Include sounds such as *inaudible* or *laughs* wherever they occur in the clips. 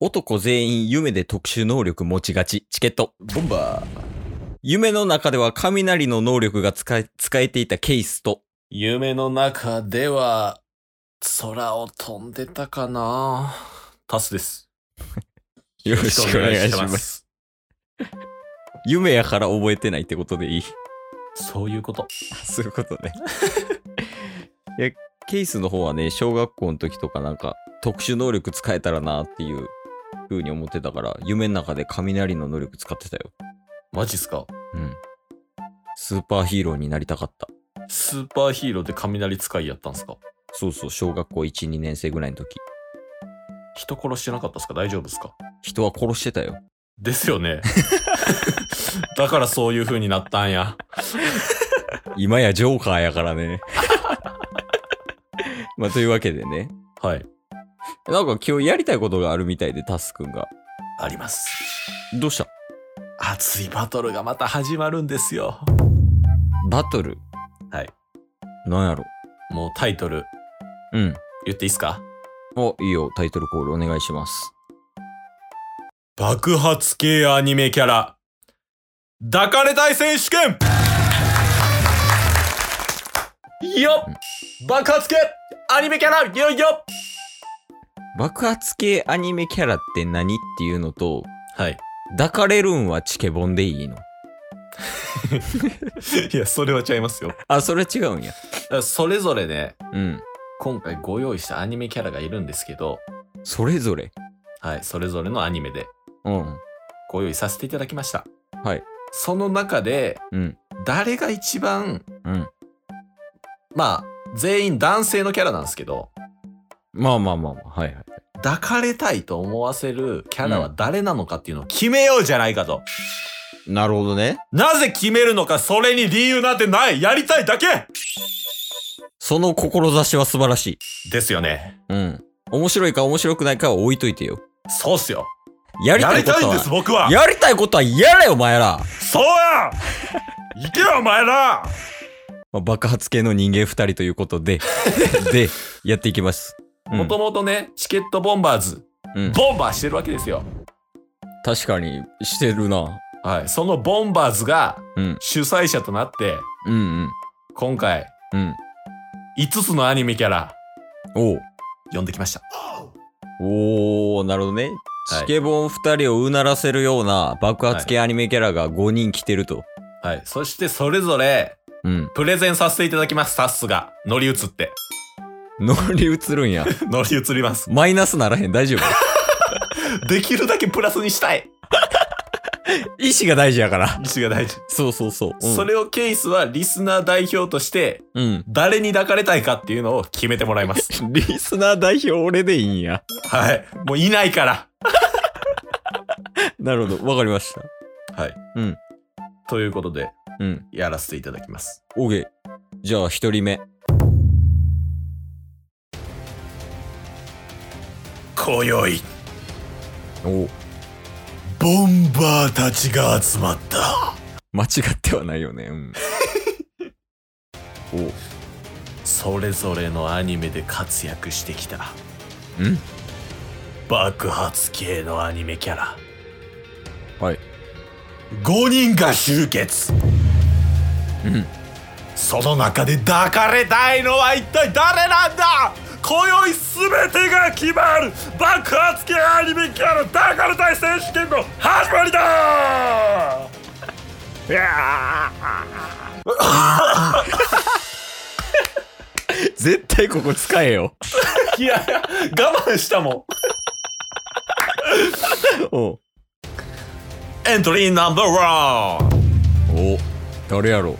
男全員夢で特殊能力持ちがち。チケット。ボンバー。夢の中では雷の能力が使え、使えていたケイスと、夢の中では、空を飛んでたかなタスです。 *laughs* よろしくお願いしよろくお願ます。す。夢やから覚えてないってことでいい。そういうこと。そういうことね。 *laughs* いや、ケイスの方はね、小学校の時とかなんか、特殊能力使えたらなっていう風に思ってたから、夢の中で雷の能力使ってたよ。マジっすかうん。スーパーヒーローになりたかった。スーパーヒーローで雷使いやったんすかそうそう、小学校1、2年生ぐらいの時。人殺してなかったっすか大丈夫っすか人は殺してたよ。です *laughs* よね。だからそういう風になったんや。今やジョーカーやから *laughs* ね。まあ、というわけでね。はい。なんか今日やりたいことがあるみたいで、タスくんが。あります。どうした熱いバトルがまた始まるんですよ。バトルはい。なんやろもうタイトルうん。言っていいっすかお、いいよ。タイトルコールお願いします。爆発系アニメキャラ、抱かれたい選手権よっ爆発系アニメキャラよいよ爆発系アニメキャラって何っていうのと、はい。抱かれるんはチケボンでいいの *laughs* いや、それはちゃいますよ。あ、それは違うんや。それぞれね、うん。今回ご用意したアニメキャラがいるんですけど、それぞれ。はい、それぞれのアニメでうん。ご用意させていただきました。はい。その中で、うん。誰が一番、うん。まあ、全員男性のキャラなんですけど、まあまあまあまあ。はいはい。抱かれたいと思わせるキャラは誰なのかっていうのを決めようじゃないかと。なるほどね。なぜ決めるのか、それに理由なんてないやりたいだけその志は素晴らしい。ですよね。うん。面白いか面白くないかは置いといてよ。そうっすよ。やりやたいりこたいとんはです、僕は。やりたいことはやれよ、お前ら、そうや行けよ、お前らまあ、爆発系の人間二人ということ *laughs* で、で、やっていきます。うんもともとね、チケットボンバーズ、うんボンバーしてるわけですよ。確かに、してるな。はい。そのボンバーズがうん、主催者となって、うんうん。今回、うん。 5つのアニメキャラ、おう呼んできました。おー、なるほどね。チケボン二人をうならせるような爆発系アニメキャラが5人来てると。はい。そして、それぞれ、うん。プレゼンさせていただきます、タッスが。乗り移って。乗り移るんや。 *laughs* 乗り移ります。マイナスならへん、大 *laughs* 丈夫。できるだけプラスにしたい意志が大事やから。意思が大事。そうそうそう。うん、それをケイスはリスナー代表として、うん。誰に抱かれたいかっていうのを決めてもらいます。 *laughs* リスナー代表俺でいいんや。はい。もういないから。なるほど。わかりました。はい。うん。ということで、うん。やらせていただきます。オーケー。じゃあ、一人目。今宵、おボンバーたちが集まった。間違ってはないよね。うん。おそれぞれのアニメで活躍してきた。ん爆発系のアニメキャラ。はい。 5人が集結。うん。その中で抱かれたいのは一体誰なんだ今宵全てが決まる爆発系アニメキャラ抱かれたい選手権の始まりだ *laughs* 絶対ここ使えよ。いや我慢したもおんエントリーナンバーワンお誰やろう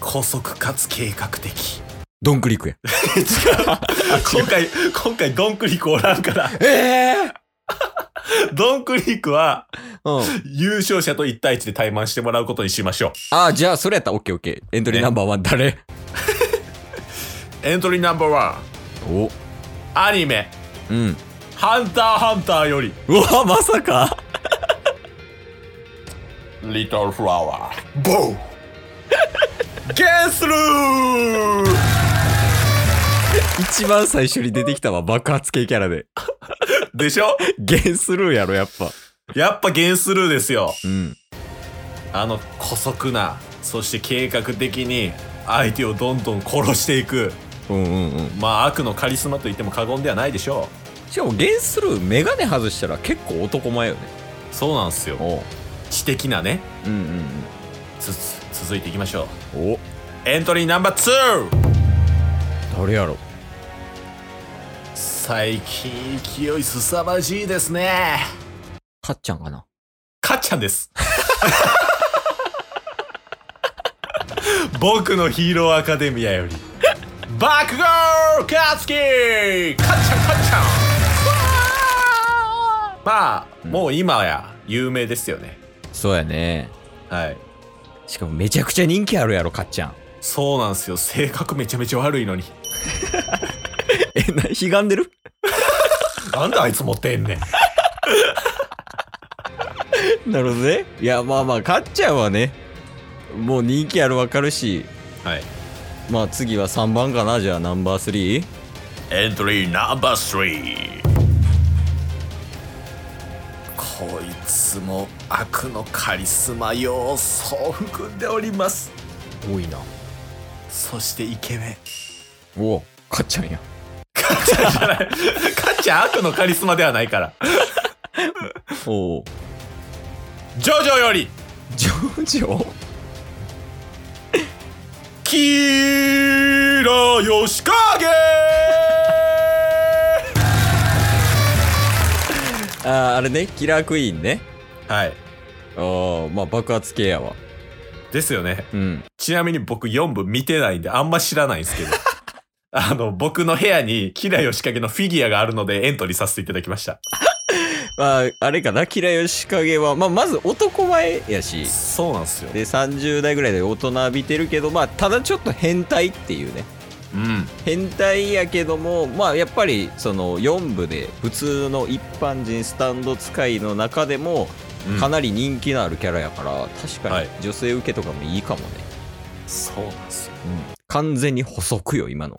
高速かつ計画的ドンクリックや。違う *laughs* 今回今回ドンクリックおらんからええドンクリックはうん。優勝者と1対1で対マンしてもらうことにしましょうあ、じゃあ、それやったらオッケーオッケー。エントリーナンバーワン誰エントリーナンバーワおンアニメうん。 「ハンターハンター」よりうわ、まさかリトルフラワー。ボーゲンスルー一番最初に出てきたわ、爆発系キャラで。でしょゲンスルーやろ、やっぱ。やっぱゲンスルーですよ。うん。あの古速な、そして計画的に相手をどんどん殺していく。うんうんうん。まあ悪のカリスマと言っても過言ではないでしょしかもゲンスルー、メガネ外したら結構男前よね。う。そうなんですよ。おう。知的なね。うんつ、つ続いていきましょう。うんうん。おエントリーナンバー 2! 誰やろ最近勢い凄まじいですね。かっちゃんかな。かっちゃんです。僕のヒーローアカデミアより、バックゴールカツキかっちゃんかっちゃんまあ、もう今や有名ですよね。そうやね。はい。しかもめちゃくちゃ人気あるやろ、かっちゃん。そうなんですよ。性格めちゃめちゃ悪いのに。え、な、ひがんでるなんであいつ持ってんね *laughs* ん。なるほどね。いや、まあまあ、かっちゃんはね、もう人気あるわかるし、はい。まあ次は3番かな、じゃあナンバー 3? エントリーナンバー3こいつも悪のカリスマ要素を含んでおります多いな。そしてイケメンおお、かっちゃんや。カッチャンじゃないカッチャン悪のカリスマではないからおお。ジョジョよりジョジョキーラヨシカゲあーあれね、キラークイーンね。はいああ、まあ爆発系やわ。ですよねうん。ちなみに僕4部見てないんであんま知らないんです *laughs* けどあの僕の部屋にキラヨシカゲのフィギュアがあるのでエントリーさせていただきましたまあ、あれかな、キラヨシカゲは、まあまず男前やし、そうなんですよで、30代ぐらいで大人びてるけど、まあ、ただちょっと変態っていうね。うん変態やけどもまあやっぱりその4部で普通の一般人スタンド使いの中でもうんかなり人気のあるキャラやから、確かはにい女性受けとかもいいかもね、そうなんですよ。完全に補足よ今の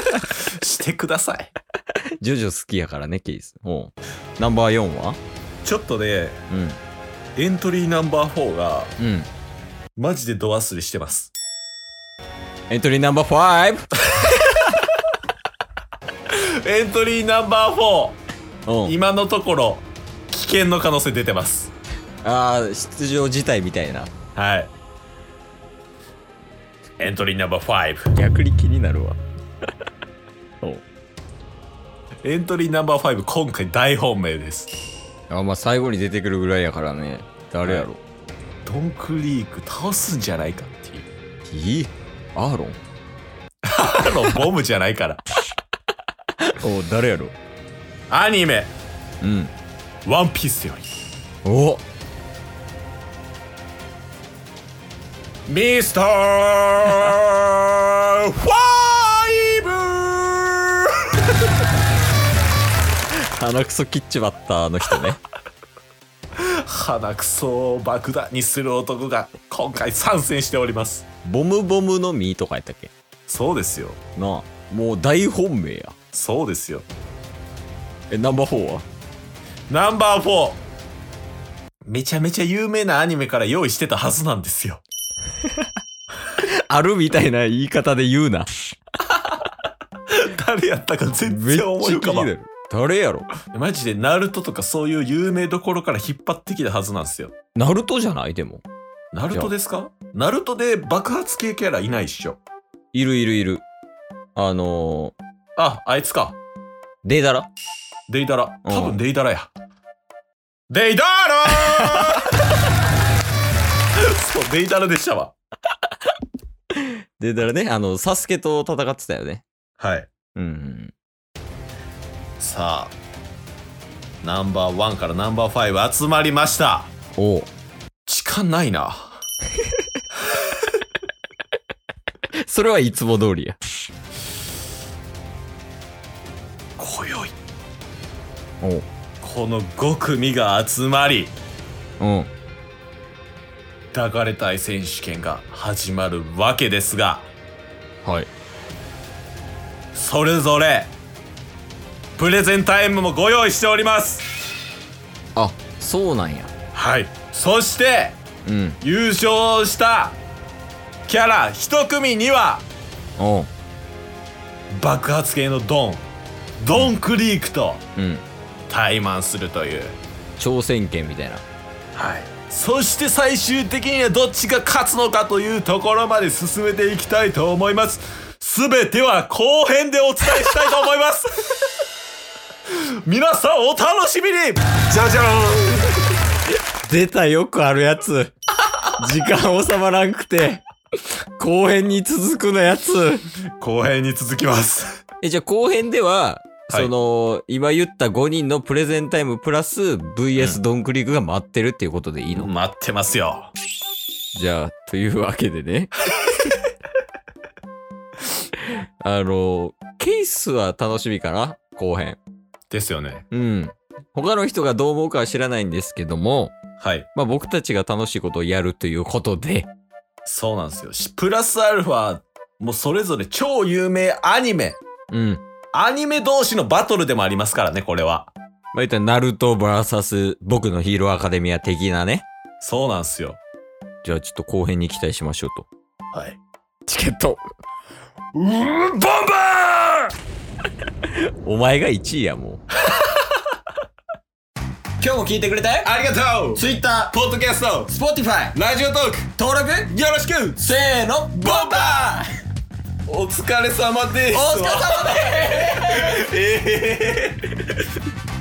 *laughs* してください。ジョジョ好きやからねケースおうナンバー4はちょっとね、うんエントリーナンバー4が、うんマジでド忘れしてます。エントリーナンバーエントリーナンバー 4! 5今のところ、危険の可能性出てます。ああ出場辞退みたいなはい。エントリーナンバー5。逆に気になるわおうエントリーナンバー5、今回大本命です。あまあ最後に出てくるぐらいやからね誰やろ、ドンクリーク倒すんじゃないかっていう。いいアーロンあの、ボムじゃないから。おう誰やろアニメ、うんワンピースより、おミスターファイブ鼻くそ切っちまったあの人ね *laughs* 鼻くそを爆弾にする男が今回参戦しておりますボムボムの実とかやったっけそうですよなあもう大本命やそうですよえナンバー4は *laughs* ナンバー4めちゃめちゃ有名なアニメから用意してたはずなんですよあるみたいな言い方で言うな誰やったか全 *laughs* めっちゃ然思気い浮かにばなんる誰やろマジでナルトとかそういう有名どころから引っ張ってきたはずなんですよナルトじゃないでもナルトですかナルトで爆発系キャラいないっしょいるいるいるあのー、ああいつかデイダラデイダラうん多分デイダラや、デイダラー *laughs* そうデイダラでしたわデイダラねあのサスケと戦ってたよねはいうんうんさあナンバーワンからナンバーファイブ集まりましたおう時間ないなそれはいつも通りや今宵おうこの5組が集まりうん抱かれたい選手権が始まるわけですがはいそれぞれプレゼンタイムもご用意しておりますあそうなんやはいそしてうん優勝したキャラ一組にはおう爆発系のドンドンクリークとうん対マンするという挑戦権みたいなはいそして最終的にはどっちが勝つのかというところまで進めていきたいと思います全ては後編でお伝えしたいと思います *laughs* 皆さんお楽しみにじゃじゃーん出たよくあるやつ時間収まらんくて後編に続くのやつ後編に続きますえじゃあ後編では、はいその今言った5人のプレゼンタイムプラス VS ドンクリークが待ってるっていうことでいいの、待ってますよじゃあというわけで *laughs* ねあのケースは楽しみかな後編ですよねうん他の人がどう思うかは知らないんですけども、はいまあ、僕たちが楽しいことをやるということでそうなんですよしプラスアルファもうそれぞれ超有名アニメうんアニメ同士のバトルでもありますからねこれはまあ、言ったらナルト VS 僕のヒーローアカデミア的なねそうなんですよじゃあちょっと後編に期待しましょうとはいチケットうーんボンバー *laughs* お前が1位やもう今日も聞いてくれてありがとう Twitter、ポッドキャスト、Spotify、ラジオトーク登録よろしくせーのボンバーお疲れ様ですお疲れ様ですえー